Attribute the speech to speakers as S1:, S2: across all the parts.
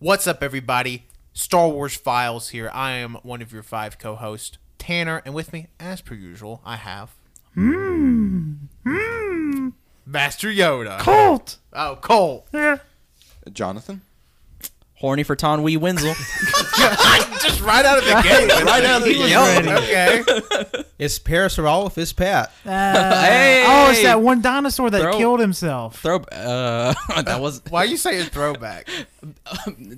S1: What's up, everybody? Star Wars Files here. I am one of your five co hosts, Tanner, and with me, as per usual, I have.
S2: Hmm.
S1: Master Yoda.
S3: Colt.
S1: Oh, Cole.
S3: Yeah.
S2: Jonathan?
S4: Horny for Ton Wee Winslow.
S1: Just right out of the gate.
S2: Right out of the
S4: was
S2: gate.
S1: Okay.
S5: It's Paris Ralph. It's Pat.
S4: hey,
S3: Oh, it's that one dinosaur that
S4: Throw-
S3: killed himself.
S4: throw. Uh, that was
S1: Why you saying throwback?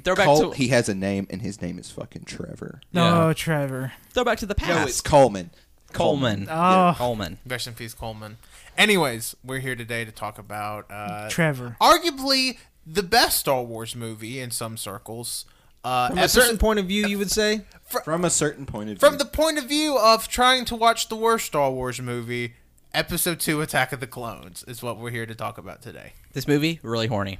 S4: throwback
S2: Colt,
S4: to
S2: he has a name, and his name is fucking Trevor.
S3: no,
S4: Yeah.
S3: Trevor.
S4: throwback to the past.
S2: No, it's Coleman.
S4: Coleman.
S3: Oh,
S4: Coleman.
S1: Rest in peace, Coleman. Anyways, we're here today to talk about uh,
S3: Trevor.
S1: arguably the best Star Wars movie in some circles. Uh,
S5: From a
S1: episode-
S5: certain point of view, you would say
S2: From a certain point of
S1: from
S2: view.
S1: the point of view of trying to watch the worst Star Wars movie, Episode Two: Attack of the Clones is what we're here to talk about today.
S4: This movie really horny.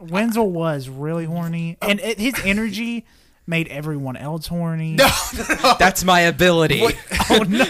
S3: Wenzel was really horny, and it, his energy made everyone else horny.
S4: That's my ability.
S3: Oh no!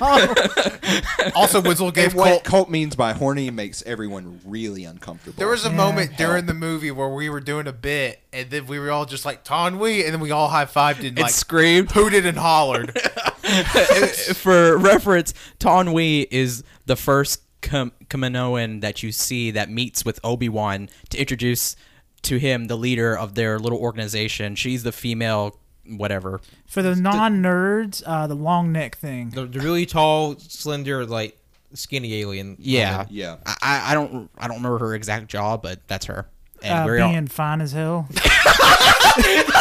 S1: Also, Winslow gave
S2: and what
S1: Colt.
S2: Colt means by horny makes everyone really uncomfortable.
S1: There was a
S3: Yeah.
S1: moment during the movie where we were doing a bit, and then we were all just like Tonwi, and then we all high fived and
S4: It
S1: like
S4: screamed.
S1: hooted and hollered.
S4: For reference, Ton Wee is the first Kam- Kaminoan that you see that meets with Obi Wan to introduce to him the leader of their little organization. She's the female, whatever.
S3: For the non-nerds, uh, the long neck thing. uh,
S5: the, the really tall, slender, like skinny alien.
S4: Yeah,
S2: Yeah.
S4: I- I, I don't, I don't remember her exact job, but that's her. And
S3: Uh,
S4: we're all-
S3: being fine as hell.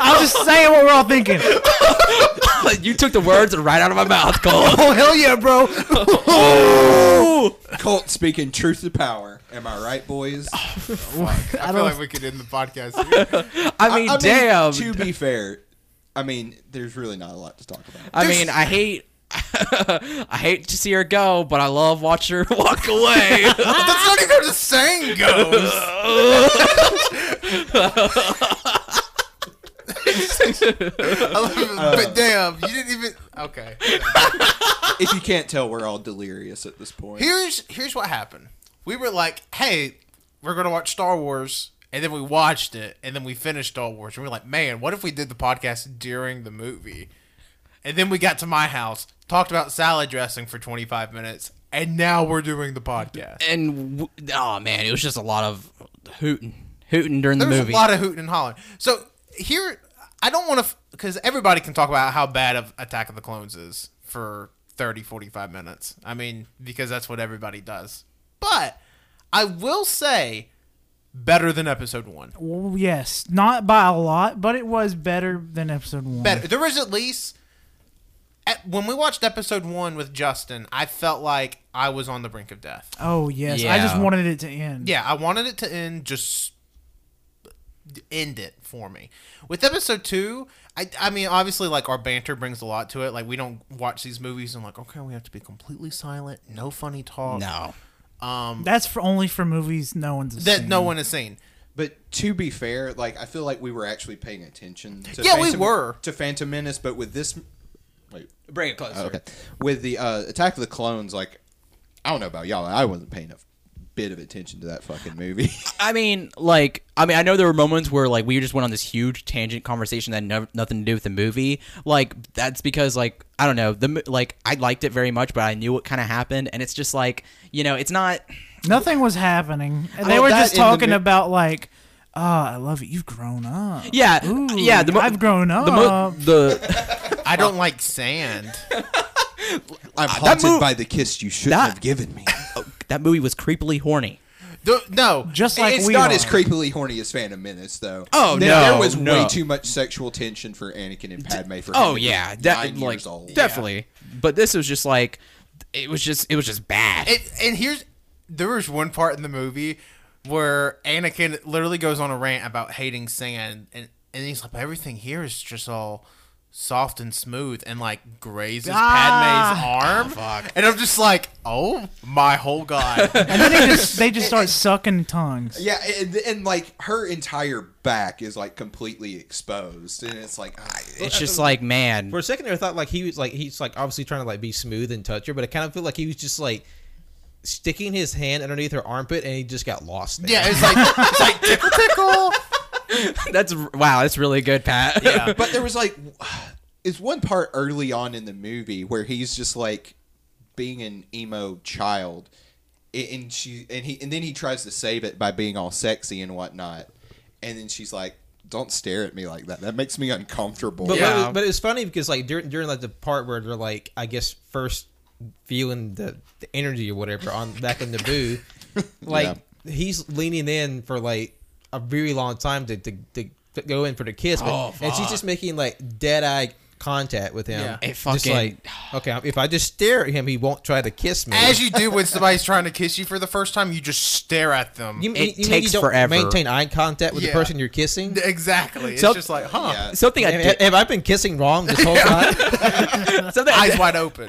S3: I'm just saying what we're all thinking.
S4: you took the words right out of my mouth, Cole.
S1: oh hell yeah, bro!
S2: Colt speaking truth to power. Am I right, boys?
S1: I feel like we could end the podcast. Here.
S4: I mean,
S2: I mean,
S4: damn.
S2: To be fair, I mean, there's really not a lot to talk about.
S4: I mean, I hate. I hate to see her go, but I love watching her walk away.
S1: That's not even how the saying goes. I love it, but damn, you didn't even. Okay.
S2: if you can't tell, we're all delirious at this point.
S1: Here's here's what happened. We were like, hey, we're gonna watch Star Wars, and then we watched it, and then we finished Star Wars, and we are like, man, what if we did the podcast during the movie? And then we got to my house, talked about salad dressing for 25 minutes, and now we're doing the podcast.
S4: and w- oh man, it was just a lot of hooting, hooting during the
S1: There's
S4: movie.
S1: a lot of hooting and hollering. So here, I don't want to, because everybody can talk about how bad of Attack of the Clones is for 30, 45 minutes. I mean, because that's what everybody does. But I will say, better than episode one.
S3: Well, yes, not by a lot, but it was better than episode one.
S1: Better. There was at least. At, when we watched episode one with Justin, I felt like I was on the brink of death.
S3: Oh yes, I just
S4: Yeah.
S3: wanted it to end.
S1: Yeah, I wanted it to end just end it for me. With episode two, I I mean obviously like our banter brings a lot to it. Like we don't watch these movies and like okay we have to be completely silent, no funny talk,
S4: no,
S3: That's for only for movies no one's
S1: that
S3: seen.
S1: no one has seen.
S2: But to be fair, like I feel like we were actually paying attention. To
S1: Yeah, we
S2: Phantom,
S1: were.
S2: to Phantom Menace, but with this, wait,
S4: bring it closer.
S2: Oh, okay, with the uh, Attack of the Clones, like I don't know about y'all, I wasn't paying a bit of attention to that fucking movie.
S4: I mean, like, I mean, I know there were moments where like we just went on this huge tangent conversation that had nev- nothing to do with the movie. Like, that's because like I don't know the mo- like I liked it very much, but I knew what kind of happened, and it's just like you know, it's not.
S3: Nothing was happening. They
S2: Oh,
S3: were
S2: that
S3: just
S2: in the
S3: talking
S2: mi-
S3: about like, oh, I love it. You've grown up.
S4: Yeah,
S3: Ooh,
S4: yeah. The mo-
S3: I've grown up.
S4: the mo- the
S1: I don't like sand.
S2: I'm haunted
S4: mov-
S2: by the kiss you shouldn't
S4: that-
S2: have given me.
S4: oh, that movie was creepily horny.
S1: The- no,
S3: Just like
S2: it's
S3: we
S2: not
S3: are.
S2: as creepily horny as Phantom Menace, though.
S4: Oh,
S2: there,
S4: no,
S2: there was
S4: no.
S2: way too much sexual tension for Anakin and Padme for. him
S4: Oh
S2: to be
S4: yeah,
S2: nine
S4: that like
S2: years old.
S4: definitely. But this was just like it was just it was just bad.
S1: It, and here's there was one part in the movie where Anakin literally goes on a rant about hating sand, and and he's like, everything here is just all soft and smooth, and like grazes
S3: Ah.
S1: Padme's arm, and I'm just like, oh my whole god,
S3: And then they just they just start sucking tongues.
S2: Yeah, and, and like her entire back is like completely exposed, and it's like I,
S4: it's just like man,
S5: For a second there, I thought like he was like he's like obviously trying to like be smooth and touch her, but I kind of feel like he was just like sticking his hand underneath her armpit and he just got lost. There.
S1: yeah, it's like it's like tickle tickle.
S4: that's wow. That's really good, Pat.
S1: Yeah.
S2: but there was like it's one part early on in the movie where he's just like being an emo child A- and she and he and then he tries to save it by being all sexy and whatnot and then she's like don't stare at me like that that makes me uncomfortable
S5: But,
S4: Yeah.
S5: but, it was, but it was funny because like during, during like the part where they're like I guess first feeling the, the energy or whatever on back in the booth, like he's leaning in for like a very long time to to, to, to go in for the kiss, but,
S4: Oh,
S5: and she's
S4: fuck.
S5: just making like dead eye contact with him.
S1: Yeah.
S4: It
S5: Just
S4: fucking-
S5: like okay, if I just stare at him, he won't try to kiss me.
S1: As you do when somebody's trying to kiss you for the first time, you just stare at them.
S5: You- you-
S4: It
S5: you mean you
S4: takes
S5: don't
S4: forever.
S5: Maintain eye contact with
S1: Yeah.
S5: the person you're kissing.
S1: exactly. It's
S4: So-
S1: just like, huh?
S2: yeah
S4: Something I
S5: Have-
S4: did.
S5: have I been kissing wrong this whole time?
S4: Something I
S1: Eyes wide open.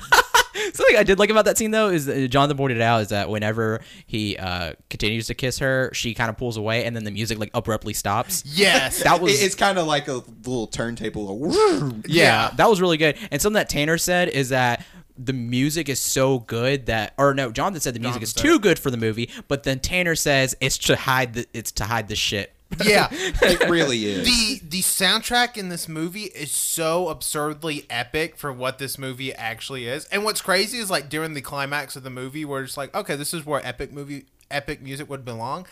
S4: Something I did like about that scene though is that Jonathan pointed out is that whenever he uh, continues to kiss her, she kind of pulls away, and then the music like abruptly stops.
S1: Yes.
S4: That was
S2: It- it's kind of like a little turntable of-
S4: yeah, that was really good. And something that Tanner said is that the music is so good that, or no, Jonathan said the music
S1: Jonathan
S4: is
S1: said
S4: too good for the movie, but then Tanner says it's to hide the it's to hide the shit.
S1: yeah.
S2: it really is
S1: the the soundtrack in this movie is so absurdly epic for what this movie actually is. And what's crazy is like during the climax of the movie where it's like, okay, this is where epic movie epic music would belong.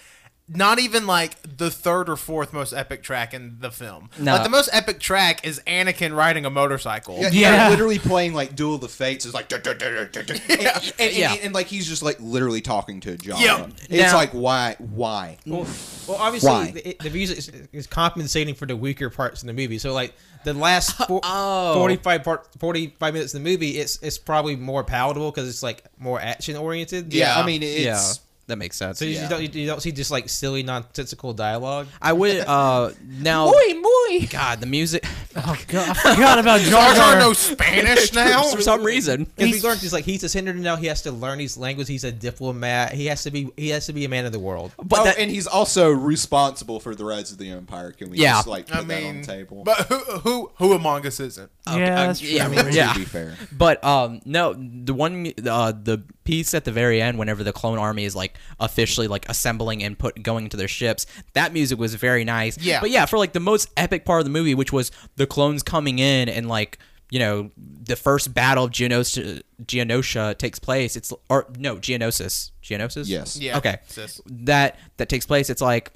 S1: Not even like the third or fourth most epic track in the film.
S4: No.
S1: Like the most epic track is Anakin riding a motorcycle.
S2: Yeah,
S3: Yeah.
S2: they're literally playing like Duel of the Fates. It's like, "Duh, duh, duh, duh, duh, duh." and, and- and-
S4: Yeah.
S2: and, like he's just like literally talking to a John.
S1: Yeah.
S2: It's
S4: Now-
S2: like why, why?
S5: Well, well obviously,
S2: Why?
S5: The, the music is, is compensating for the weaker parts in the movie. So, like the last four,
S4: Oh.
S5: 45 part, forty-five minutes in the movie, it's it's probably more palatable because it's like more action oriented.
S2: Yeah,
S1: Yeah.
S2: I mean, it's
S4: that makes sense.
S5: So you,
S2: Yeah.
S5: you don't you don't see just like silly nonsensical dialogue.
S4: I would uh now.
S5: muy.
S4: God, the music
S3: Oh god, I forgot about
S1: Jar
S3: Jar
S1: Jar
S3: Jar.
S1: knows Spanish now.
S4: for some reason.
S5: Because we learned he's like he's a senator now. He has to learn his language. He's a diplomat. He has to be he has to be a man of the world.
S4: But
S2: oh,
S4: that,
S2: and he's also responsible for the rise of the Empire. Can we
S4: Yeah.
S2: just like put
S1: I
S2: that on
S1: mean,
S2: the table?
S1: but who who who among us isn't?
S3: yeah,
S4: uh,
S3: that's true.
S4: yeah,
S2: I mean,
S4: Yeah.
S2: to be fair,
S4: But um, no, the one uh, the piece at the very end, whenever the clone army is like officially like assembling and put going into their ships, that music was very nice.
S1: Yeah.
S4: But yeah, for like the most epic part of the movie, which was the clones coming in and like you know the first battle of Geonosia, Geonosia takes place. It's or no Geonosis, Geonosis.
S2: Yes.
S1: Yeah,
S4: Okay.
S1: sis.
S4: That that takes place. It's like.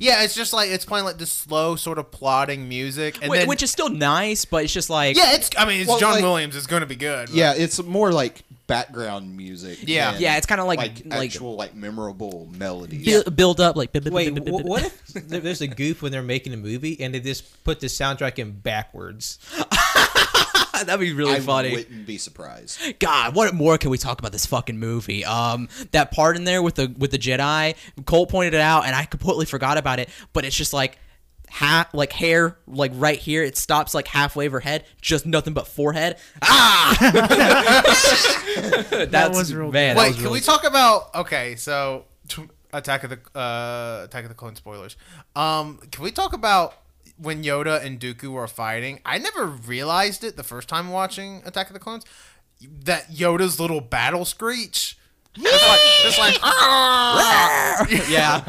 S1: Yeah, it's just like it's playing like this slow sort of plodding music, and
S4: whi-
S1: then
S4: which is still nice, but it's just like
S1: yeah, it's I mean it's
S2: Well,
S1: John
S2: like-
S1: Williams. It's gonna be good. but-
S2: yeah, it's more like background music.
S1: Yeah.
S2: than,
S4: Yeah, it's kinda like-
S2: like,
S4: like-
S2: actual like memorable melodies.
S4: bu- build up like
S5: Wait, wh- what if there- there's a goof when they're making a movie and they just put the soundtrack in backwards?
S4: that'd be really
S2: I
S4: funny.
S2: wouldn't be surprised.
S4: God, what more can we talk about this fucking movie? Um, that part in there with the with the Jedi, Cole pointed it out, and I completely forgot about it. But it's just like, ha, like hair, like right here, it stops like halfway of her head, just nothing but forehead. Ah, that's
S3: was real
S4: man. that
S1: Wait,
S4: was
S1: can
S4: really-
S1: we talk about okay? So Attack of the uh, Attack of the Clone spoilers. Um, can we talk about when Yoda and Dooku are fighting? I never realized it the first time watching Attack of the Clones that Yoda's little battle screech. It's like, it's like "Ah!"
S4: yeah,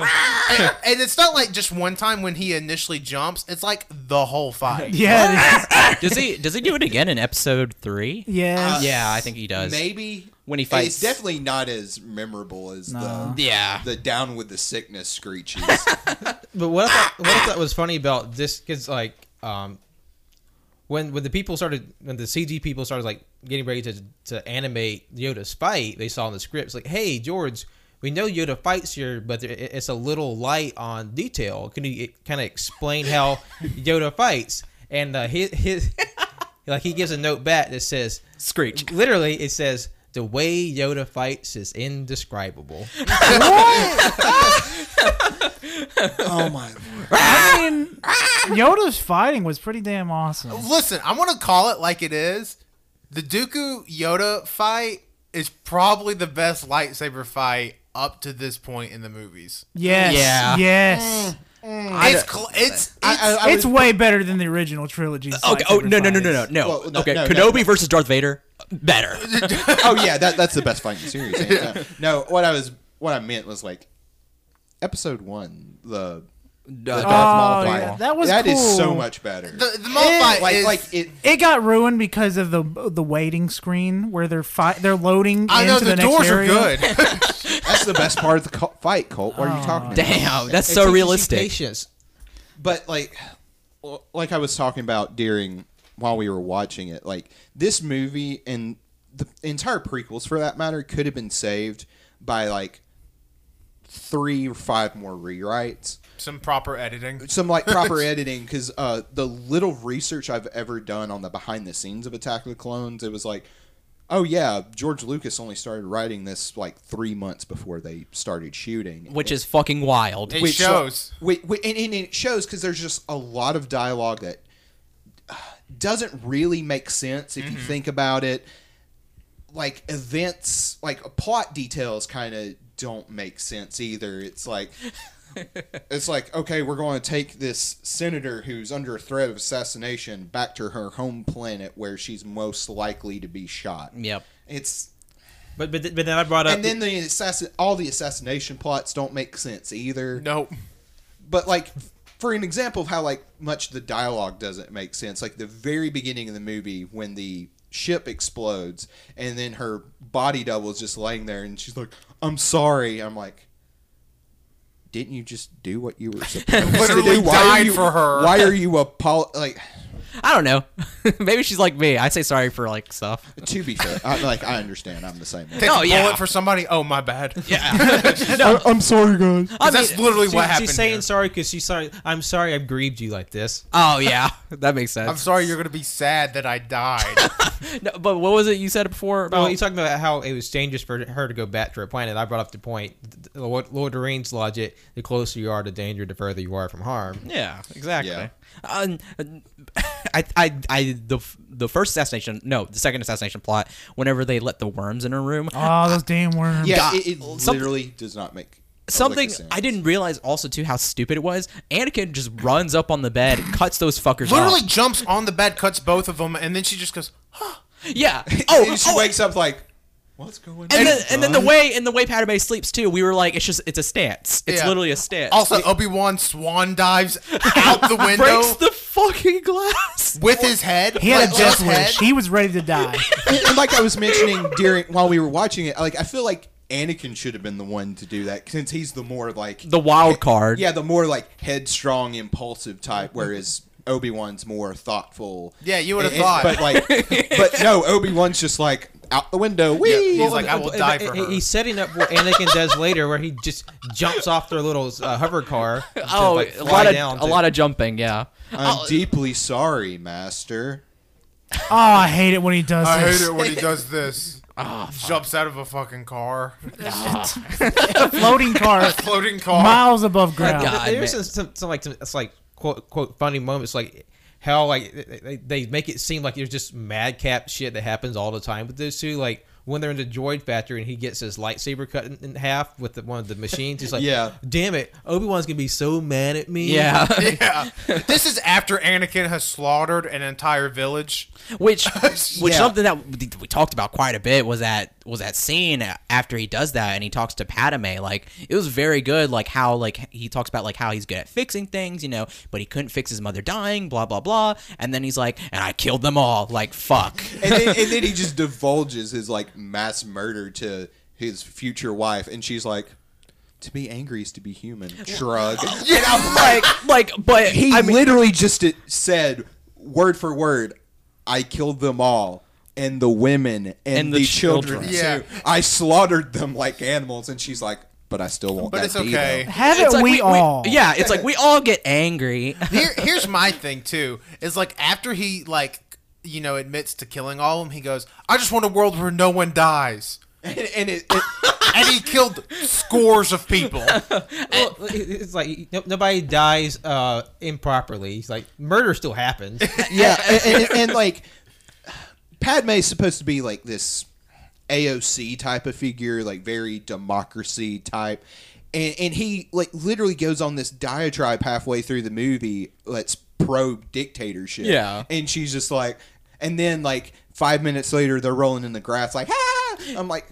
S1: and, and it's not like just one time when he initially jumps. It's like the whole fight.
S3: Yeah, it is.
S4: does he does he do it again in episode three? Uh,
S3: yeah.
S4: yeah, I think he does.
S2: Maybe
S4: When he
S2: it's
S4: fights-
S2: definitely not as memorable as
S3: No.
S2: the
S4: Yeah,
S2: the down with the sickness screeches.
S5: But what I thought, what I thought was funny about this because like um, when when the people started when the CG people started like getting ready to to animate Yoda's fight, they saw in the scripts like, "Hey George, we know Yoda fights here, but there, it- it's a little light on detail. Can you kind of explain how Yoda fights?" And uh, his his like he gives a note back that says,
S4: Screech.
S5: Literally, it says. The way Yoda fights is indescribable.
S2: oh my
S3: I mean, Yoda's fighting was pretty damn awesome.
S1: Listen, I'm gonna call it like it is. The Dooku Yoda fight is probably the best lightsaber fight up to this point in the movies.
S3: Yes,
S4: Yeah.
S3: yes.
S1: it's cl- it's, it's
S2: I, I
S3: it's
S2: was-
S3: way better than the original trilogy.
S4: Okay. Oh no no no no no no.
S2: Well, no,
S4: okay.
S2: no, no,
S4: Kenobi versus Darth Vader. Better.
S2: oh yeah, that, that's the best fighting series. ain't it? No, what I was what I meant was like episode one, the The
S4: Uh,
S2: Darth
S3: Oh,
S2: Maul fight.
S3: yeah, that was
S2: That is
S3: cool.
S2: so much better.
S1: The, the mall fight
S2: like
S1: is
S2: like it.
S3: It got ruined because of the the waiting screen where they're fi- they're loading
S1: I know
S3: into
S1: the,
S3: the next
S1: doors are
S3: area.
S1: good.
S2: That's the best part of the co- fight, Colt. What
S3: Oh,
S2: are you talking about?
S4: damn, that's
S5: It
S4: so
S5: teaches you
S4: realistic.
S5: Patience.
S2: but like l- like i was talking about during while we were watching it like this movie and the entire prequels for that matter could have been saved by like three or five more rewrites
S1: Some proper editing.
S2: some like proper editing because uh, the little research I've ever done on the behind the scenes of Attack of the Clones, it was like, oh yeah, George Lucas only started writing this like three months before they started shooting,
S4: Which is fucking wild.
S1: It
S2: which,
S1: shows.
S2: Wait, wait, and, and it shows because there's just a lot of dialogue that uh, doesn't really make sense if
S1: Mm-hmm.
S2: you think about it. Like events, like plot details, kind of don't make sense either. It's like. It's like, okay, we're going to take this senator who's under threat of assassination back to her home planet where she's most likely to be shot.
S4: Yep.
S2: It's
S5: But, but but then I
S1: Uh,
S5: brought up
S2: and then the assassin all the assassination plots don't make sense either
S1: Nope.
S2: but like for an example of how like much the dialogue doesn't make sense like the very beginning of the movie when the ship explodes and then her body double is just laying there and she's like i'm sorry i'm like didn't you just do what you were supposed to
S1: Literally
S2: do? Why are
S1: died
S2: you,
S1: for her.
S2: Why are you apol like?
S4: I don't know. Maybe she's like me. I say sorry for like stuff.
S2: To be fair, I, like I understand, I'm the same. Way.
S1: Take
S4: No,
S1: a
S4: yeah.
S1: bullet for somebody. Oh my bad. Yeah.
S3: I'm sorry, guys.
S1: that's literally
S5: she-
S1: what happened.
S5: she's saying
S1: here.
S5: sorry because she's sorry. I'm sorry I've grieved you like this.
S4: Oh yeah, that makes sense.
S1: I'm sorry you're gonna be sad that I died.
S4: No, but what was it you said before?
S5: Well,
S4: About
S5: you're talking about how it was dangerous for her to go back to her planet. I brought up the point, th- Lord Lord Doreen's logic: the closer you are to danger, the further you are from harm.
S4: yeah, exactly.
S2: Yeah.
S4: Um, I, I, I, the f- the first assassination, no, the second assassination plot. Whenever they let the worms in her room,
S3: Oh, those damn worms.
S2: Yeah,
S4: God.
S2: it, it
S4: Something-
S2: literally does not make a lick of
S4: something
S2: sense.
S4: I didn't realize also too how stupid it was. Anakin just runs up on the bed, cuts those fuckers.
S1: Literally
S4: up.
S1: jumps on the bed, cuts both of them, and then she just goes.
S4: yeah.
S2: Oh,
S4: Oh,
S2: she
S4: oh,
S2: wakes up like, what's going on?
S4: and then and then the way and the way Padme sleeps too. We were like, it's just it's a stance. It's
S1: Yeah.
S4: literally a stance.
S1: Also, Obi Wan swan dives out the window
S4: breaks the fucking glass.
S1: with his head.
S3: He had a
S1: like,
S3: death
S1: his
S3: wish.
S1: head.
S3: He was ready to die.
S2: and, and like I was mentioning during while we were watching it, like I feel like Anakin should have been the one to do that since he's the more like
S4: The wild card.
S2: yeah the more like headstrong, impulsive type, whereas Obi Wan's more thoughtful.
S1: Yeah, you would have
S2: And-
S1: thought.
S2: and- but like, but no, Obi Wan's just like out the window. Wee!
S1: he's like, I will
S5: But-
S1: die
S5: but
S1: for
S5: he-
S1: her.
S5: He's setting up what Anakin does later, where he just jumps off their little uh, hover car. to,
S4: Oh,
S5: like,
S4: a
S5: fly
S4: lot of
S5: down
S4: a
S5: to-
S4: lot of jumping. Yeah.
S2: I'm deeply sorry, Master.
S3: Oh, I hate it when he does
S1: I
S3: this.
S1: hate it when he does this. Jumps out of a fucking car,
S3: Floating car,
S1: floating car.
S3: miles above
S5: Th-
S3: ground.
S4: Oh God,
S5: There's
S4: man.
S5: some, some, some like some, it's like quote quote funny moments like how like they- they, they make it seem like there's just madcap shit that happens all the time with those two like when they're in the droid factory and he gets his lightsaber cut in, in half with the, one of the machines he's like
S2: Yeah.
S5: damn it Obi Wan's gonna be so mad at me
S4: Yeah.
S1: yeah, this is after Anakin has slaughtered an entire village.
S4: which which
S2: Yeah.
S4: something that we- we talked about quite a bit was that was that scene after he does that and he talks to Padme like it was very good like how like he talks about like how he's good at fixing things you know but he couldn't fix his mother dying blah blah blah and then he's like and I killed them all like fuck
S2: and then, and then he just divulges his like mass murder to his future wife, and she's like, "To be angry is to be human." Shrug. And I'm like,
S4: like like but
S2: he
S4: I mean,
S2: literally just it said word for word, "I killed them all." And the women and,
S4: And the
S2: the, children.
S1: children.
S2: too. I slaughtered them like animals. And she's like, but I still want
S1: But
S2: that
S1: it's
S2: Devo."
S1: okay.
S3: Haven't
S4: it's like
S3: we, all?
S4: yeah it's like we all get angry
S1: Here, here's my thing too. Is like after he like you know admits to killing all of them, he goes, "I just want a world where no one dies,"
S2: And, and it, it-
S1: and he killed scores of people.
S5: well, it- it's like no, nobody dies uh, improperly he's like murder still happens
S2: yeah, and, and, and like Padme's supposed to be like this AOC type of figure, like very democracy type. And, and he like literally goes on this diatribe halfway through the movie that's pro dictatorship.
S4: Yeah.
S2: And she's just like and then like five minutes later they're rolling in the grass like ah I'm like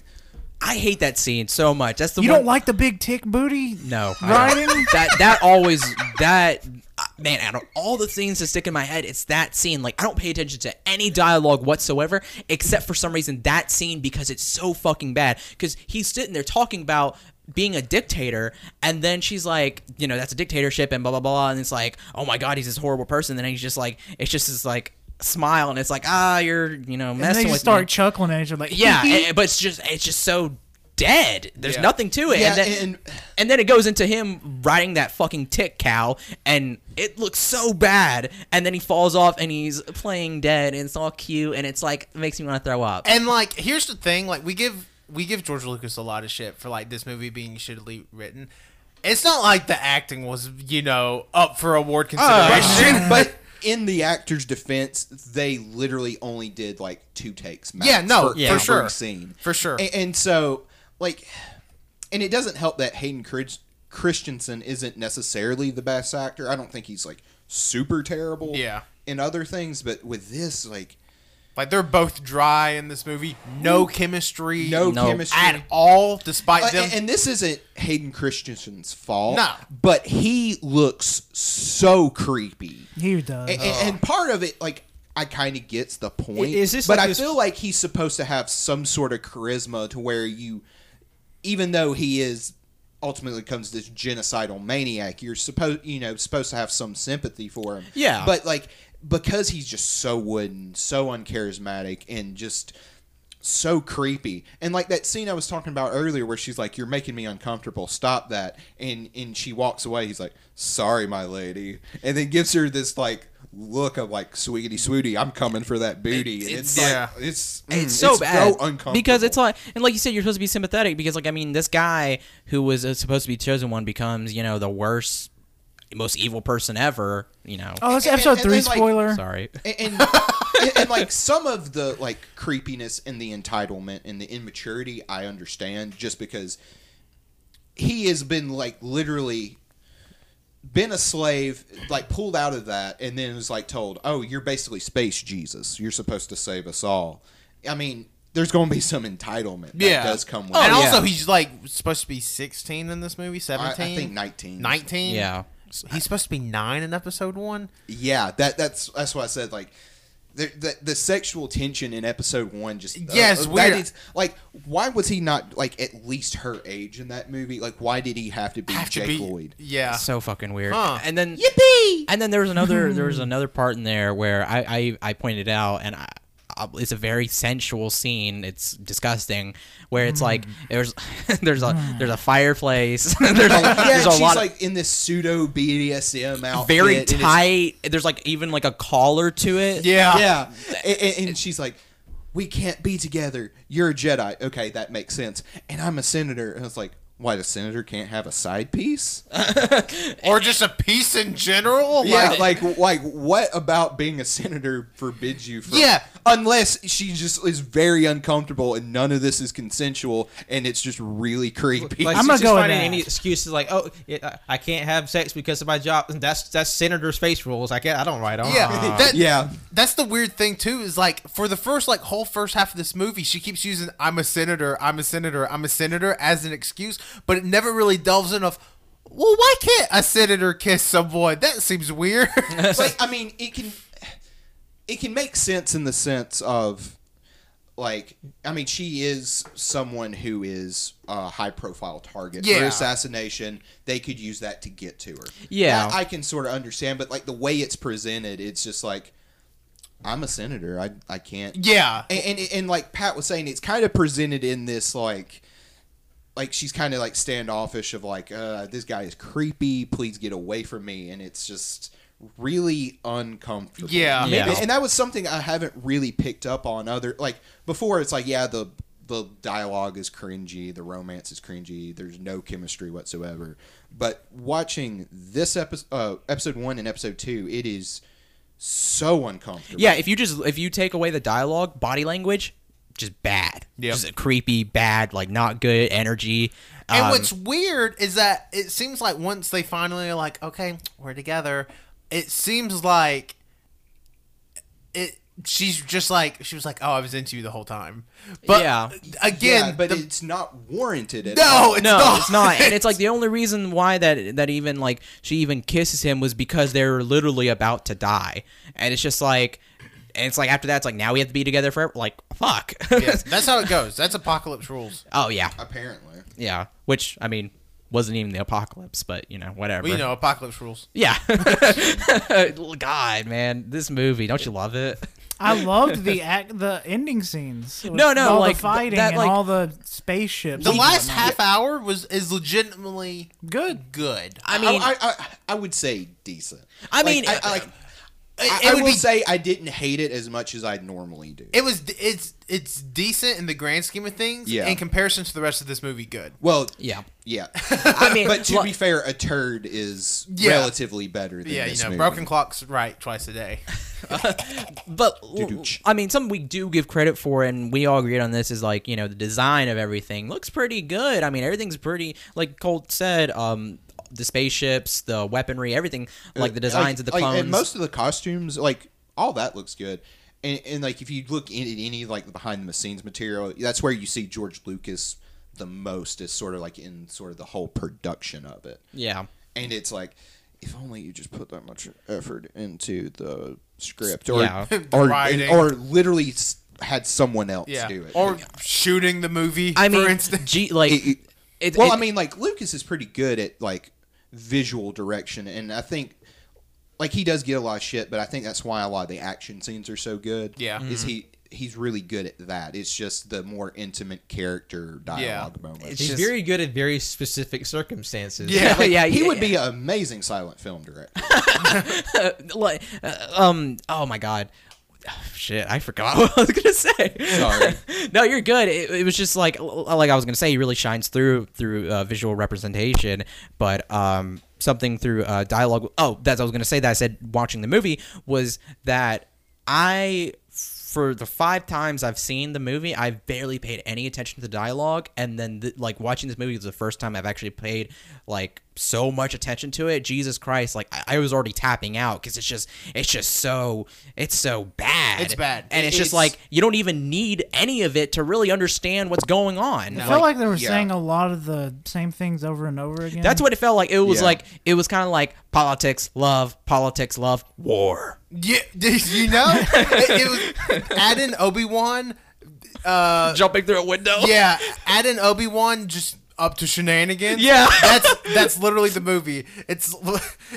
S4: I hate that scene so much. That's the
S3: You
S4: one,
S3: don't like the big tick booty?
S4: no I don't.
S3: Riding?
S4: that that always that ah, man out of all the things that stick in my head it's that scene like i don't pay attention to any dialogue whatsoever except for some reason that scene because it's so fucking bad because he's sitting there talking about being a dictator and then she's like you know that's a dictatorship and blah blah blah and it's like oh my god he's this horrible person and then he's just like it's just this like smile and it's like ah you're you know
S3: And they
S4: messing with
S3: just
S4: me.
S3: start chuckling at each other like,
S4: Yeah, eh, and- but it's just it's just so dead. There's
S1: Yeah.
S4: nothing to it.
S2: Yeah,
S4: and, then,
S2: and-
S4: and, then it goes into him riding that fucking tick cow, and it looks so bad. And then he falls off, and he's playing dead, and it's all cute, and it's like it makes me want to throw up.
S1: And like, here's the thing: like, we give we give George Lucas a lot of shit for like this movie being shittily written. It's not like the acting was, you know, up for
S2: Uh,
S1: award consideration.
S2: but in the actor's defense, they literally only did like two takes. Max
S1: Yeah, no,
S2: for,
S1: yeah. for sure.
S2: every scene
S1: For sure.
S2: A- And, so, like, and it doesn't help that Hayden Chris- Christensen isn't necessarily the best actor. I don't think he's like super terrible.
S1: Yeah.
S2: in other things, but with this, like,
S1: like, they're both dry in this movie. No chemistry.
S2: no,
S4: No.
S2: chemistry
S1: at all, despite
S2: Uh,
S1: them.
S2: and, and this isn't Hayden Christensen's fault.
S1: No.
S2: but he looks so creepy.
S4: eh.
S3: he does.
S2: and, and- and part of it, like I kind of gets the point,
S5: Is this
S2: but
S5: like
S2: I
S5: this-
S2: feel like he's supposed to have some sort of charisma to where you, even though he is ultimately comes this genocidal maniac, you're supposed you know supposed to have some sympathy for him.
S4: Yeah.
S2: but like because he's just so wooden, so uncharismatic, and just so creepy and like that scene i was talking about earlier where she's like you're making me uncomfortable stop that and and she walks away he's like sorry my lady and then gives her this like look of like sweetie swooty i'm coming for that booty and it's,
S4: It's-
S2: like
S1: yeah.
S2: it's
S4: it's so bad
S2: uncomfortable
S4: because it's like and like you said you're supposed to be sympathetic because like i mean this guy who was uh, supposed to be chosen one becomes you know the worst most evil person ever you know
S3: oh, that's
S2: and-
S3: episode
S2: and
S3: three
S2: then, like,
S3: spoiler.
S4: sorry
S2: and and, and- and, like some of the like creepiness and the entitlement and the immaturity i understand just because he has been like literally been a slave like pulled out of that and then was like told oh you're basically space jesus you're supposed to save us all i mean there's going to be some entitlement
S1: yeah, Oh,
S2: that does come with
S1: and
S2: it
S1: also
S4: yeah.
S1: he's like supposed to be 16 in this movie,
S2: oh, I, I
S1: 17.
S2: think 19
S1: 19.
S4: yeah
S1: He's supposed to be nine in episode one.
S2: yeah that that's that's why i said like the, the, the sexual tension in episode one just uh,
S1: Yes,
S2: that
S1: weird.
S2: is- like why was he not like at least her age in that movie like why did he have to be
S1: Have to
S2: jake
S1: be-
S2: lloyd
S1: Yeah.
S4: so fucking weird.
S1: Ah. Huh.
S4: And then And then there was another there was another part in there where I I, I pointed out and I, I- it's a very sensual scene. It's disgusting. Where it's like there's there's a there's a fireplace. there's a,
S2: yeah,
S4: there's
S2: and
S4: a
S2: she's
S4: lot of-
S2: like in this pseudo BDSM outfit,
S4: very
S2: and it's-
S4: tight. There's like even like a collar to it.
S1: yeah.
S2: Yeah, and, and- and she's like, "We can't be together. You're a Jedi. Okay, that makes sense. And I'm a senator." And I was like, "Why the senator can't have a side piece?"
S1: Or just a piece in general.
S2: Yeah,
S1: Like,
S2: like like what about being a senator forbids you from
S1: Yeah.
S2: unless she just is very uncomfortable and none of this is consensual and it's just really creepy.
S5: Like,
S3: I'm
S5: she's
S3: gonna
S5: just
S3: go with
S5: finding
S3: that.
S5: any excuses like, oh, yeah, I I can't have sex because of my job. That's that's senator space rules. I can't. I don't write on.
S1: yeah. That,
S2: Uh, yeah.
S1: That's the weird thing too is like for the first like whole first half of this movie, she keeps using "I'm a senator, I'm a senator, I'm a senator" as an excuse, but it never really delves in of, well, why can't a senator kiss someone? That seems weird.
S2: like I mean, it can it can make sense in the sense of like I mean, she is someone who is a high profile target for
S1: Yeah.
S2: assassination. They could use that to get to her.
S4: Yeah.
S2: That I can sort of understand, but like the way it's presented, it's just like I'm a senator. I I can't.
S1: yeah,
S2: and, and and like Pat was saying, it's kind of presented in this like, like she's kind of like standoffish of like, uh, this guy is creepy. Please get away from me. And it's just really uncomfortable.
S1: Yeah.
S4: Yeah.
S2: And, and that was something I haven't really picked up on other like before. It's like yeah, the the dialogue is cringy, the romance is cringy. There's no chemistry whatsoever. But watching this episode, uh, episode one and episode two, it is so uncomfortable.
S4: Yeah, if you just if you take away the dialogue, body language, just bad.
S1: Yep.
S4: Just creepy, bad, like not good energy.
S1: And
S4: Um,
S1: what's weird is that it seems like once they finally are like, okay, we're together, it seems like it she's just like she was like, "Oh, I was into you the whole time." But
S4: Yeah.
S1: again,
S2: Yeah, but
S1: the-
S2: it's not warranted at
S1: no,
S2: all.
S1: it's
S4: no,
S1: not.
S4: it's not. And it's like the only reason why that that even like she even kisses him was because they're literally about to die, and it's just like, and it's like after that, it's like now we have to be together forever. Like fuck.
S1: Yeah, that's how it goes. That's apocalypse rules.
S4: oh yeah,
S2: Apparently.
S4: yeah. Which I mean wasn't even the apocalypse, but you know whatever.
S1: Well, you know, apocalypse rules.
S4: Yeah. God, man, this movie, don't you love it?
S3: I loved the act, the ending scenes. with
S4: No, no,
S3: all
S4: like,
S3: the fighting
S4: that, like-
S3: and all the spaceships.
S1: The
S3: and
S1: last
S3: whatnot.
S1: half hour was is legitimately
S3: Good.
S1: good.
S4: I mean,
S2: I, I, I, I would say decent.
S4: I
S2: Like,
S4: mean, uh,
S2: I, I- like, I,
S1: It,
S2: I
S1: it would
S2: will
S1: be.
S2: say I didn't hate it as much as I normally do.
S1: it was. It's it's decent in the grand scheme of things.
S2: Yeah.
S1: In comparison to the rest of this movie, good.
S2: well,
S4: yeah.
S2: yeah.
S4: I mean,
S2: but to
S4: look-
S2: be fair, a turd is
S1: Yeah.
S2: relatively better than
S1: Yeah,
S2: this
S1: you know,
S2: movie.
S1: broken clocks right twice a day.
S4: but
S2: Doo-dooch.
S4: I mean, something we do give credit for, and we all agreed on this, is like you know the design of everything looks pretty good. I mean, everything's pretty like Colt said. Um, the spaceships, the weaponry, everything like the designs of the
S2: Uh, like,
S4: clones.
S2: and most of the costumes, like all that looks good. And, and like if you look in at any like the behind the scenes material, that's where you see George Lucas the most is sort of like in sort of the whole production of it.
S4: yeah,
S2: And it's like, if only you just put that much effort into the script, or
S4: Yeah.
S2: or,
S1: Writing.
S2: or literally s- had someone else
S1: Yeah.
S2: do it.
S1: Or shooting the movie.
S4: I mean,
S1: for instance.
S4: gee, like
S2: It- it-
S4: it-
S2: well,
S4: it-
S2: I mean, like Lucas is pretty good at like visual direction, and I think like he does get a lot of shit, but I think that's why a lot of the action scenes are so good.
S1: Yeah.
S2: is
S4: Mm-hmm.
S2: he he's really good at that. It's just the more intimate character dialogue moments.
S5: He's
S4: just-
S5: very good at very specific circumstances.
S1: Yeah.
S2: Like,
S4: yeah,
S2: he
S4: yeah,
S2: would be an amazing silent film director.
S4: like, uh, um, oh my god. Shit, I forgot what I was gonna say.
S2: Sorry.
S4: no, you're good. It, it was just like, like I was gonna say, he really shines through through uh, visual representation, but um, something through uh, dialogue. Oh, that's what I was gonna say that I said watching the movie was that I, for the five times I've seen the movie, I've barely paid any attention to the dialogue, and then th- like watching this movie was the first time I've actually paid like so much attention to it. Jesus Christ, like I, I was already tapping out because it's just it's just so it's so bad.
S1: It's bad.
S4: and it's, just
S1: It's-
S4: like you don't even need any of it to really understand what's going on.
S3: I felt
S4: Like,
S3: like, they were
S2: yeah.
S3: saying a lot of the same things over and over again.
S4: that's what it felt like. It was
S2: Yeah.
S4: like it was kind of like politics, love, politics, love, war.
S1: Yeah, did you know? it, it was add in Obi Wan. Uh,
S4: Jumping through a window.
S1: yeah, add in Obi Wan just up to shenanigans.
S4: Yeah.
S1: that's that's literally the movie. It's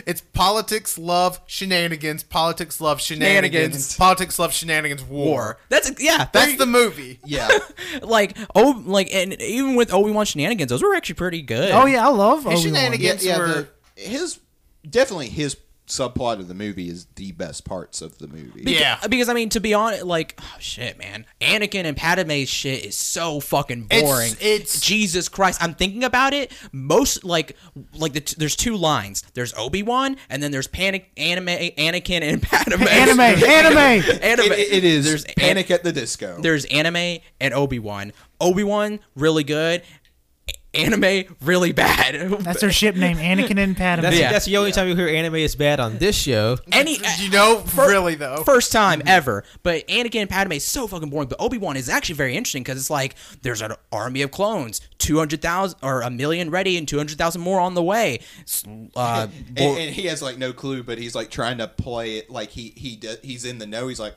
S1: it's politics, love, shenanigans. Politics, love, shenanigans.
S4: Shenanigans.
S1: Politics, love, shenanigans. War.
S4: That's yeah.
S1: That's the movie.
S2: yeah,
S4: like oh like and even with Obi Wan shenanigans, those were actually pretty good.
S3: Oh yeah, I love
S1: His
S3: Obi-Wan.
S1: shenanigans-
S2: yeah, yeah.
S1: were-
S2: the- his definitely his subplot of the movie is the best parts of the movie.
S1: Yeah.
S4: Because I mean, to be honest, like oh, shit, man, Anakin and Padme's shit is so fucking
S1: It's-
S4: boring.
S1: it's-
S4: Jesus Christ. I'm thinking about it. Most like like the t- there's two lines. There's Obi Wan, and then there's Panic Anime Anakin and Padme.
S3: Anime, anime.
S4: anime.
S2: It, it is.
S4: There's an-
S2: Panic at the Disco.
S4: there's anime and Obi Wan. Obi Wan really good. A- Anime really bad.
S3: That's their ship name, Anakin and Padme.
S5: That's,
S4: Yeah.
S5: that's the only time you hear anime is bad on this show.
S4: any
S1: You know, really though.
S4: first time ever. But Anakin and Padme is so fucking boring. But Obi Wan is actually very interesting because it's like there's an army of clones, two hundred thousand or a million ready, and two hundred thousand more on the way. S- Uh,
S2: and, and he has like no clue, but he's like trying to play it like he he does, he's in the know. He's like,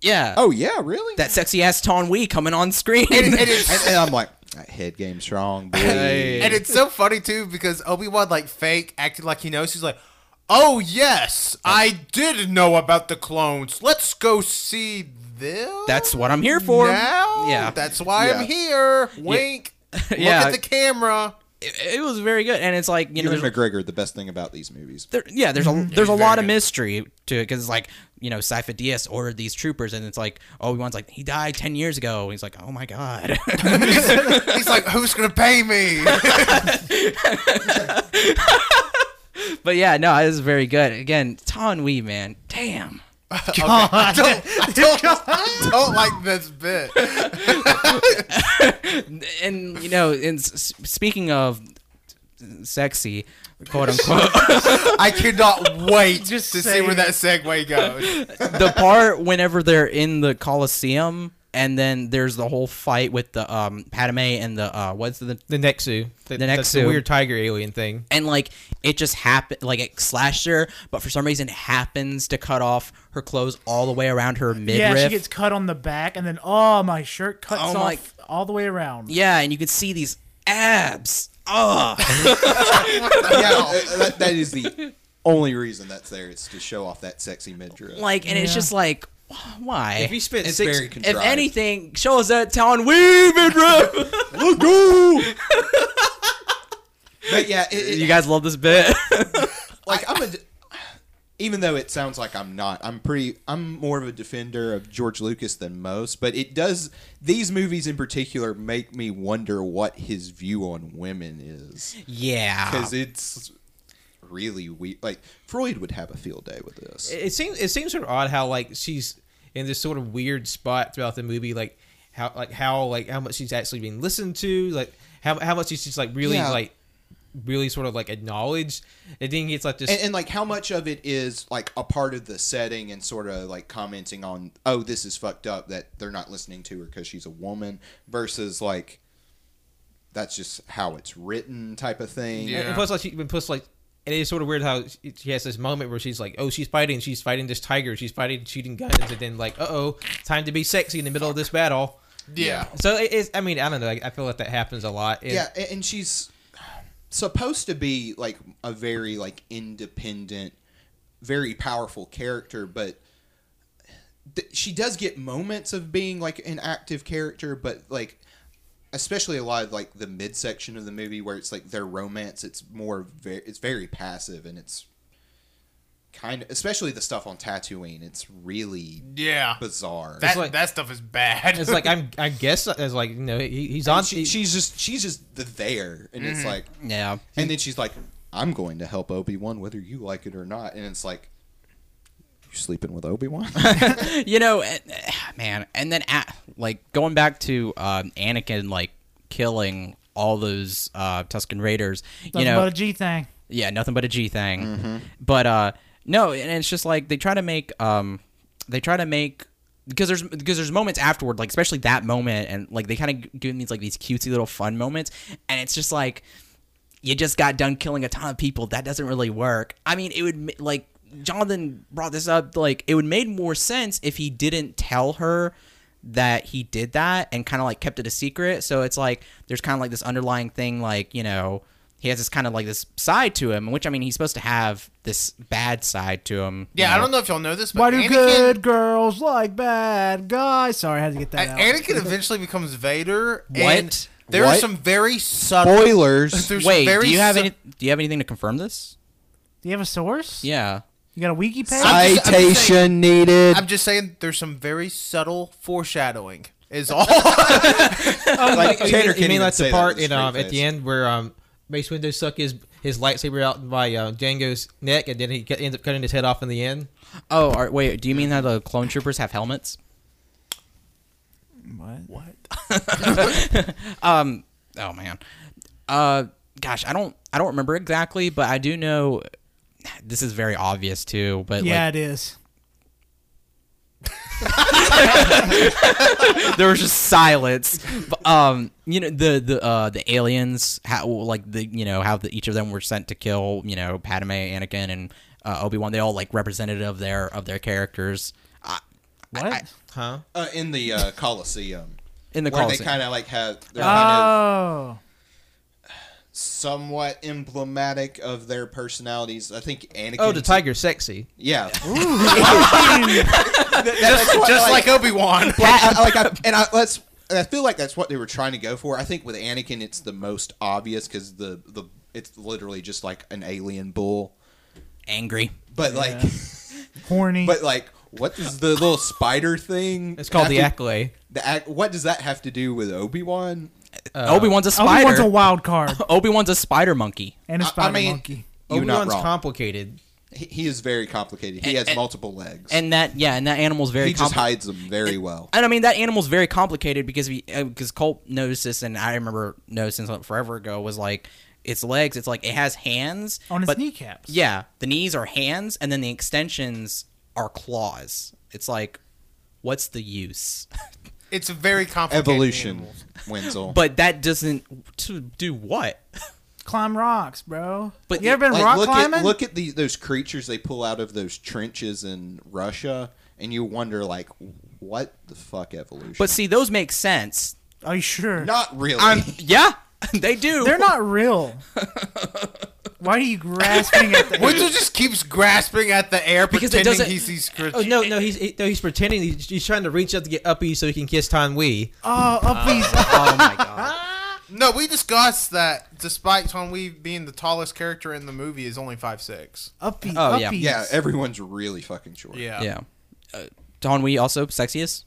S4: yeah,
S2: oh yeah, really?
S4: that sexy ass Ton Wee coming on screen.
S1: And- and it's-
S2: and, and I'm like, that head game strong, boy.
S1: And it's so funny too because Obi Wan like fake acted like he knows. He's like, "Oh yes, I did know about the clones. Let's go see them."
S4: That's what I'm here for.
S1: now.
S4: Yeah.
S1: that's why
S2: Yeah.
S1: I'm here. Wink.
S4: Yeah.
S1: Look at the camera.
S4: it, it was very good, and it's like you know,
S2: Ewan
S4: there's-
S2: McGregor, the best thing about these movies.
S4: there, yeah, there's
S1: Mm-hmm.
S4: a there's a lot of
S1: good.
S4: mystery to it because like you know, Sypha Diaz ordered these troopers, and it's like Obi Wan's like he died ten years ago, and he's like, oh my god,
S1: He's like, "Who's gonna pay me?"
S4: but yeah, no, it was very good. Again, Ton Wee, man, damn.
S1: I don't, I don't, I don't like this bit.
S4: and you know, and s- s- speaking of sexy, quote unquote.
S1: I cannot wait
S3: Just
S1: to see
S3: saying
S1: where that segue goes.
S4: the part whenever they're in the Coliseum, and then there's the whole fight with the um Padme and the uh what's the
S5: The Nexu. The, that's
S4: Nexu.
S5: The weird tiger alien thing.
S4: and like it just happened like it slashed her, but for some reason it happens to cut off her clothes all the way around her midriff.
S3: Yeah, she gets cut on the back, and then oh, my shirt cuts
S4: Oh,
S3: off
S4: my-
S3: all the way around.
S4: Yeah, and you could see these abs. Ugh.
S2: yeah, uh, that, that is the only reason that's there is to show off that sexy midriff.
S4: like and it's
S3: Yeah.
S4: just like why?
S5: If you spent
S2: it's
S5: six,
S2: very
S4: If
S2: contrived.
S4: anything, show us that town we midriff.
S2: Look, ooh! but yeah, it, it-
S4: you guys love this bit.
S2: like I'm a, even though it sounds like I'm not, I'm pretty, I'm more of a defender of George Lucas than most. But it does these movies in particular make me wonder what his view on women is
S4: yeah.
S2: because it's really weird. Like Freud would have a field day with this.
S5: it seems it seems sort of odd how like she's in this sort of weird spot throughout the movie, like how like how like how much she's actually being listened to, like how how much she's just like really
S2: Yeah.
S5: like really sort of like acknowledged. And then it's like this
S2: and, and like how much of it is like a part of the setting and sort of like commenting on oh this is fucked up that they're not listening to her because she's a woman versus like that's just how it's written type of thing
S5: and- and
S1: Yeah.
S5: plus like she and plus like it is sort of weird how she- she has this moment where she's like, "Oh, she's fighting, she's fighting this tiger, she's fighting shooting guns," and then like, "Uh oh, time to be sexy in the middle of this battle."
S1: Yeah.
S5: So it is. I mean, I don't know. Like, I feel like that happens a lot. And-
S2: yeah a- and she's supposed to be like a very like independent very powerful character but th- she does get moments of being like an active character but like especially a lot of like the midsection of the movie where it's like their romance it's more very it's very passive and it's kind of especially the stuff on Tatooine it's really
S1: Yeah.
S2: bizarre
S1: That,
S5: like-
S1: that stuff is bad.
S5: It's like I'm. I guess as like you know he, he's on.
S2: And she, she's just she's just the there and it's like
S4: Yeah.
S2: And then she's like, I'm going to help Obi Wan whether you like it or not. And it's like, you sleeping with Obi Wan?
S4: you know, and- eh, man, and then a like going back to um, Anakin, like killing all those uh, Tusken Raiders. You
S3: Nothing
S4: know,
S3: but a G thing.
S4: yeah, nothing but a G thing.
S2: Mm-hmm.
S4: But uh, no, and it's just like they try to make um, they try to make because there's because there's moments afterward, like especially that moment, and like they kind of do these like these cutesy little fun moments, and it's just like you just got done killing a ton of people. That doesn't really work. I mean, it would ma- like Jonathan brought this up. Like it would made more sense if he didn't tell her that he did that and kind of like kept it a secret. So it's like there's kind of like this underlying thing, like you know. He has this kind of like this side to him, which I mean, he's supposed to have this bad side to him.
S1: yeah,
S4: you
S1: I
S4: know?
S1: don't know if y'all know this, but
S3: Why do
S1: Anakin,
S3: good girls like bad guys? Sorry, I had to get that out.
S1: uh, Anakin eventually becomes Vader.
S4: What?
S1: And there are
S2: What?
S1: some very subtle.
S2: Spoilers.
S1: there's
S4: Wait,
S1: very
S4: do you have
S1: sub-
S4: any? Do you have anything to confirm this?
S3: Do you have a source?
S4: Yeah.
S3: You got a wiki page?
S1: I- I'm just
S2: Citation needed.
S1: I'm just saying, there's some very subtle foreshadowing. Is all.
S2: like,
S5: You
S2: Tanner
S5: mean- you
S2: can't
S5: mean
S2: even
S5: like
S2: say
S5: the
S2: that
S5: part
S2: with a
S5: in um,
S2: straight
S5: at the
S2: face.
S5: end where um, Mace Windu suck his his lightsaber out by uh, Django's neck, and then he cut, ends up cutting his head off in the end.
S4: Oh, are, wait. Do you mean that the clone troopers have helmets?
S3: what?
S4: Oh man. Uh, gosh, I don't. I don't remember exactly, but I do know. This is very obvious too, but
S3: Yeah, it is.
S4: like, there was just silence. But, um, you know the the uh the aliens how like the you know how the, each of them were sent to kill you know Padme, Anakin, and uh, Obi Wan. They all like representative of their of their characters. I,
S3: What?
S5: Huh?
S2: uh, in the uh, Coliseum.
S4: in the
S2: where
S4: Coliseum.
S2: they kind of like have they're kind
S3: oh.
S2: of somewhat emblematic of their personalities. I think Anakin.
S5: Oh, the tiger's sexy.
S2: Yeah,
S1: just just like, Obi Wan.
S2: Like, I- like I, and I, let's. And I feel like that's what they were trying to go for. I think with Anakin, it's the most obvious because the the it's literally just like an alien bull.
S4: angry.
S2: But like,
S3: Horny.
S2: but like, what does the little spider thing?
S5: It's called the
S2: have to-
S5: accolade.
S2: The ac- what does that have to do with Obi Wan?
S4: Obi Wan's a
S3: Obi Wan's
S4: spider.
S3: Oh, a wild card
S4: Obi Wan's a spider monkey.
S3: and a
S2: I- I
S3: spider
S2: mean-
S3: monkey.
S2: You're
S5: Obi
S2: not
S5: Wan's
S2: wrong.
S5: complicated.
S2: he, he is very complicated. He has
S4: and-
S2: multiple legs,
S4: and that yeah, and that animal's very.
S2: he just
S4: compli-
S2: hides them very well.
S4: and I mean that animal's very uh, complicated because we because Colt knows this, and I remember noticing something forever ago was like its legs, it's like it has hands
S3: On his
S4: but-
S3: kneecaps.
S4: Yeah, the knees are hands, and then the extensions are claws. It's like, what's the use?
S1: It's a very complicated
S2: Evolution,
S1: animal.
S2: Wenzel.
S4: but that doesn't to do what?
S3: Climb rocks, bro.
S4: But
S3: But you ever been rock
S2: look
S3: climbing?
S2: at look at the, those creatures they pull out of those trenches in Russia, and you wonder like, what the fuck evolution?
S4: But see, those make sense.
S3: Are you sure?
S2: not really.
S4: I'm yeah, they do.
S3: They're not real. Why are you grasping at the
S1: Wenzel just keeps grasping at the air
S4: Because it
S1: pretending
S4: doesn't-
S1: he sees creatures.
S5: Oh no, no, he's he, no, he's pretending. He's, he's trying to reach up to get Uppy so he can kiss Tan Wee.
S3: Oh, uppies.
S4: Oh my god.
S1: No, we discussed that despite Tom Wee being the tallest character in the movie is only five six.
S3: Uppies.
S4: Oh, yeah.
S3: uppies.
S2: yeah, everyone's really fucking short.
S1: Yeah.
S4: Yeah. Uh, Don Wee also sexiest.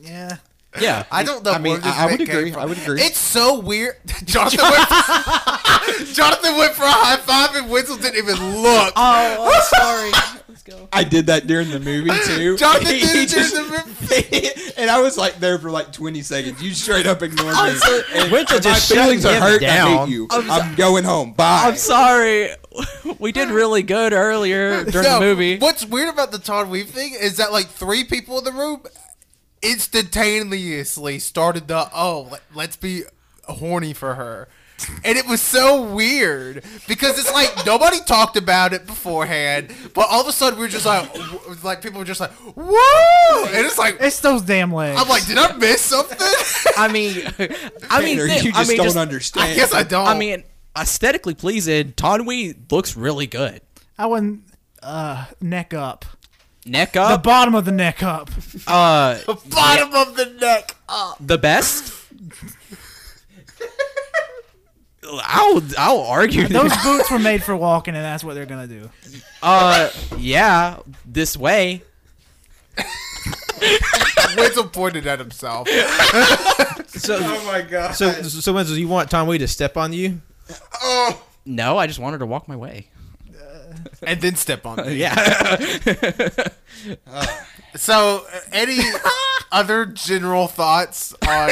S3: Yeah.
S4: Yeah.
S1: I don't know.
S2: I mean,
S1: where this
S2: I, I would
S1: bit came
S2: agree.
S1: from.
S2: I would agree.
S1: It's so weird. Jonathan went for, Jonathan went for a high five and Wenzel didn't even look.
S4: oh, sorry. Let's go.
S2: I did that during the movie too.
S1: Jonathan
S2: He
S1: did it
S2: just-
S1: during the
S2: and I was like there for like 20 seconds. You straight up ignored me. And
S5: Winter
S2: my
S5: just
S2: feelings
S5: shut
S2: are
S5: him
S2: hurt. I hate
S5: down.
S2: you. I'm, going home. Bye.
S4: I'm sorry. We did really good earlier during
S1: No,
S4: the movie.
S1: What's weird about the Todd Weave thing is that like three people in the room instantaneously started the oh let, let's be horny for her. And it was so weird because it's like nobody talked about it beforehand, but all of a sudden we were just like, w- like people were just like, "Whoa!" And it's like,
S3: It's those damn legs.
S1: I'm like, did I miss something?
S4: I mean, I mean,
S2: Tanner,
S4: thi-
S2: you
S4: I
S2: just
S4: mean,
S2: don't
S4: just-
S2: understand.
S1: I guess I don't.
S4: I mean, aesthetically pleasing. Todd Wee looks really good.
S3: I wouldn't. Uh, neck up.
S4: Neck
S3: The
S4: up,
S3: bottom of the neck up.
S4: uh,
S1: the bottom of the neck up.
S4: the best. I'll I'll argue.
S3: Those
S4: that-
S3: boots were made for walking, and that's what they're gonna do.
S4: Uh, yeah, this way.
S1: Wenzel pointed at himself.
S5: So,
S2: Oh, my god.
S5: so, so, Winslow, you want Tan Wee to step on you?
S4: No, I just wanted to walk my way.
S1: And then step on me.
S4: Yeah,
S1: So, uh, any other general thoughts on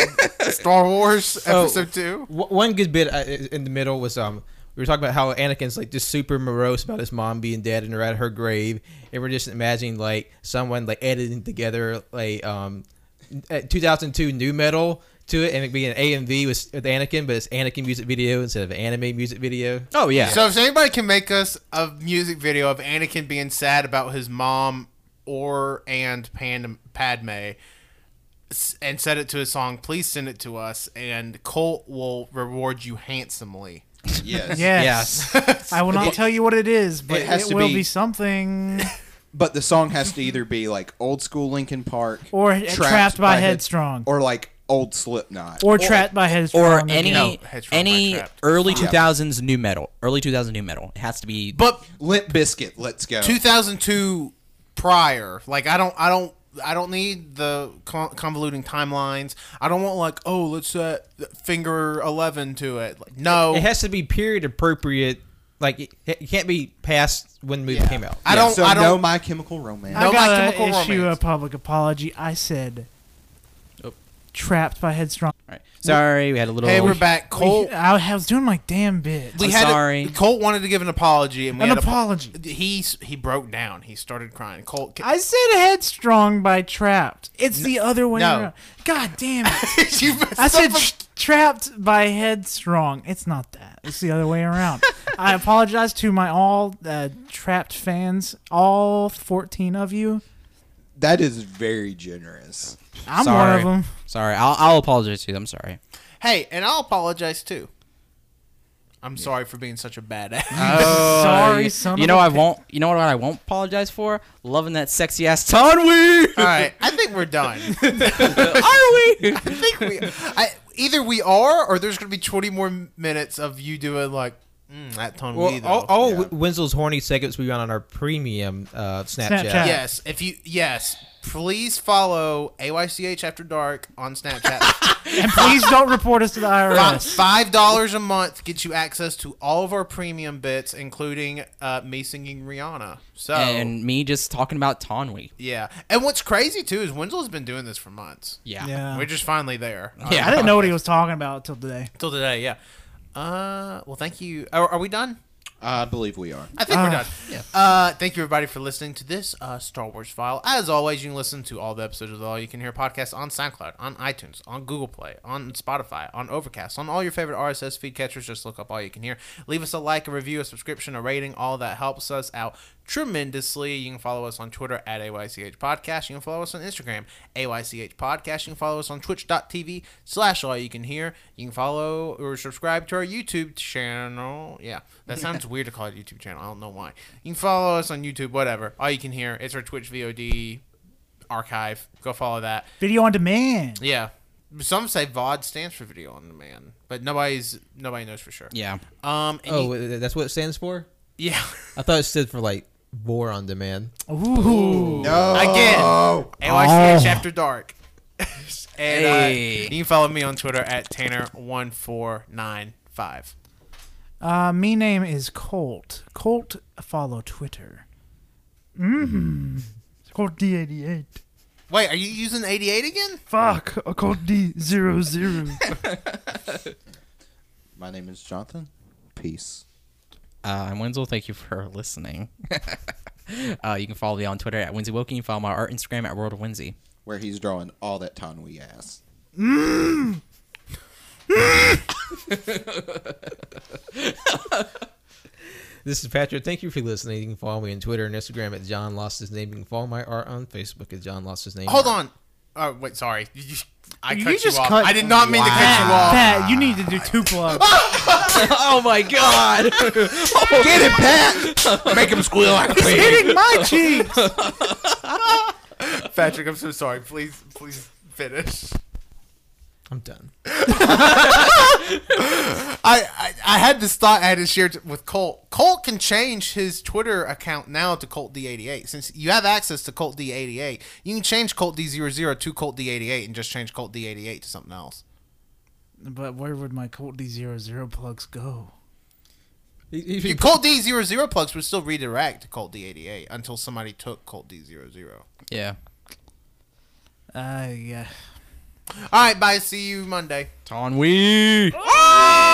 S1: Star Wars Episode Two?
S5: W- one good bit uh, in the middle was um we were talking about how Anakin's like just super morose about his mom being dead and her at her grave, and we're just imagining like someone like editing together like um uh, 2002 new metal to it and it be an AMV with, with Anakin, but it's Anakin music video instead of anime music video.
S4: Oh yeah.
S1: So, if anybody can make us a music video of Anakin being sad about his mom or and Pan- Padme, s- and set it to a song, please send it to us, and Colt will reward you handsomely.
S2: Yes.
S3: Yes. I will not tell you what it is, but
S2: it
S3: it,
S2: has to
S3: will
S2: be-
S3: be something.
S2: But the song has to either be like old school Linkin Park
S3: Or Trapped by Headstrong.
S2: or like old Slipknot.
S3: Or, trapped by headstrong.
S4: or
S3: again.
S4: any
S1: No, Hedgehog by
S4: any
S1: Trapped.
S4: early 2000s new metal. Early 2000s new metal. It has to be.
S1: But
S2: Limp Biscuit. Let's go.
S1: 2002 prior like i don't i don't i don't need the con- convoluting timelines i don't want like oh let's set finger 11 to it like, no
S5: It has to be period appropriate. Like it, it can't be past when the movie came out.
S1: i
S2: Yeah,
S1: don't
S2: so
S1: i don't
S2: no My Chemical Romance.
S1: No
S3: I
S1: My
S3: gotta
S1: Chemical
S3: issue
S1: Romance.
S3: a public apology. I said,
S4: Oh.
S3: trapped by headstrong.
S4: All right. Sorry, we had a little.
S1: hey we're back colt
S3: I, I was doing my damn bit.
S1: we
S4: I'm
S1: had a-
S4: sorry.
S1: colt wanted to give an apology and we
S3: An
S1: had a-
S3: apology.
S1: he s- he broke down he started crying colt
S3: I said headstrong by trapped. It's the other way
S1: no.
S3: around. God damn it!
S1: you messed
S3: I said
S1: up a-
S3: tr- trapped by headstrong. It's not that. It's the other way around. I apologize to my all uh, trapped fans, all fourteen of you.
S2: That is very generous.
S3: I'm
S4: sorry.
S3: one of them.
S4: Sorry, I'll, I'll apologize to you. I'm sorry.
S1: hey and i'll apologize too i'm sorry for being such a badass
S3: sorry, son.
S4: You
S3: of
S4: know
S3: a
S4: I
S3: bitch.
S4: won't. You know what I won't apologize for? Loving that sexy ass Tonwe.
S1: all right i think we're done
S4: Are we?
S1: I think we I, either we are or there's gonna be 20 more m- minutes of you doing like mm, that ton
S5: Well,
S1: we though.
S4: oh,
S5: all, all Wi- Winslow's horny segments we run on our premium uh, Snapchat.
S3: Snapchat.
S1: yes, if you yes, please follow AYCH After Dark on Snapchat.
S3: And please don't report us to the
S1: Five-
S3: IRS.
S1: Five dollars a month gets you access to all of our premium bits, including uh, me singing Rihanna.
S4: oh.
S1: So
S4: And me just talking about Tonwe.
S1: yeah, and what's crazy too is Wenzel's been doing this for months.
S4: Yeah.
S3: Yeah.
S1: We're just finally there.
S4: Yeah.
S3: I didn't know what he was talking about till today.
S1: Till today, yeah. Uh, well, thank you. Are, are we done?
S2: I believe we are.
S1: I think we're done. Uh, thank you everybody for listening to this uh, Star Wars file. As always, you can listen to all the episodes of the All You Can Hear podcast on SoundCloud, on iTunes, on Google Play, on Spotify, on Overcast, on all your favorite RSS feed catchers. Just look up All You Can Hear. Leave us a like, a review, a subscription, a rating. All that helps us out tremendously. You can follow us on Twitter at AYCH Podcast. You can follow us on Instagram, AYCH Podcast. You can follow us on twitch.tv slash all you can hear. You can follow or subscribe to our YouTube channel. Yeah, that sounds weird to call it YouTube channel. I don't know why. You can follow us on YouTube, whatever. All you can hear. It's our Twitch VOD archive. Go follow that.
S3: Video on demand.
S1: Yeah. Some say VOD stands for video on demand, but nobody's nobody knows for sure.
S4: Yeah.
S1: Um. and
S5: Oh,
S1: you-
S5: wait, that's what it stands for.
S1: yeah.
S5: I thought it stood for like war on demand.
S3: Ooh.
S2: No.
S1: Again. AYCH
S3: Oh.
S1: After Dark. and uh,
S4: Hey.
S1: you can follow me on Twitter at Tanner1495.
S3: Uh, me name is Colt. Colt follow Twitter. Mmm. Colt D eighty eight.
S1: Wait, are you using 88 again?
S3: Fuck. uh, Colt D zero zero.
S2: My name is Jonathan. Peace.
S4: Uh, I'm Wenzel. Thank you for listening. uh, you can follow me on Twitter at Winsy Wilkie. You can follow my art Instagram at World of Winsy.
S2: Where he's drawing all that Tanwi ass.
S5: This is Patrick. Thank you for listening. You can follow me on Twitter and Instagram at John Lost His Name. You can follow my art on Facebook at John Lost His Name.
S1: Hold on. Oh, wait, sorry. You- I
S3: You
S1: cut
S3: just
S1: you off.
S3: cut-
S1: I did not mean to cut you off.
S3: Pat, you need to do two plugs.
S4: oh my God!
S2: Get it, Pat!
S1: Make him squeal like a pig.
S3: Hitting my cheeks.
S1: Patrick, I'm so sorry. Please, please finish.
S5: I'm done.
S1: I, I, I had this thought I had to share t- with Colt. Colt can change his Twitter account now to Colt D88. Since you have access to Colt D88, you can change Colt D00 to Colt D88 and just change Colt D88 to something else.
S3: But where would my Colt D zero zero plugs go?
S5: You- you-
S1: Your Colt D00 plugs would still redirect to Colt D88 until somebody took Colt D00.
S4: yeah.
S3: Uh, yeah.
S1: All right, bye. See you Monday.
S4: Tonwee.
S1: Ah!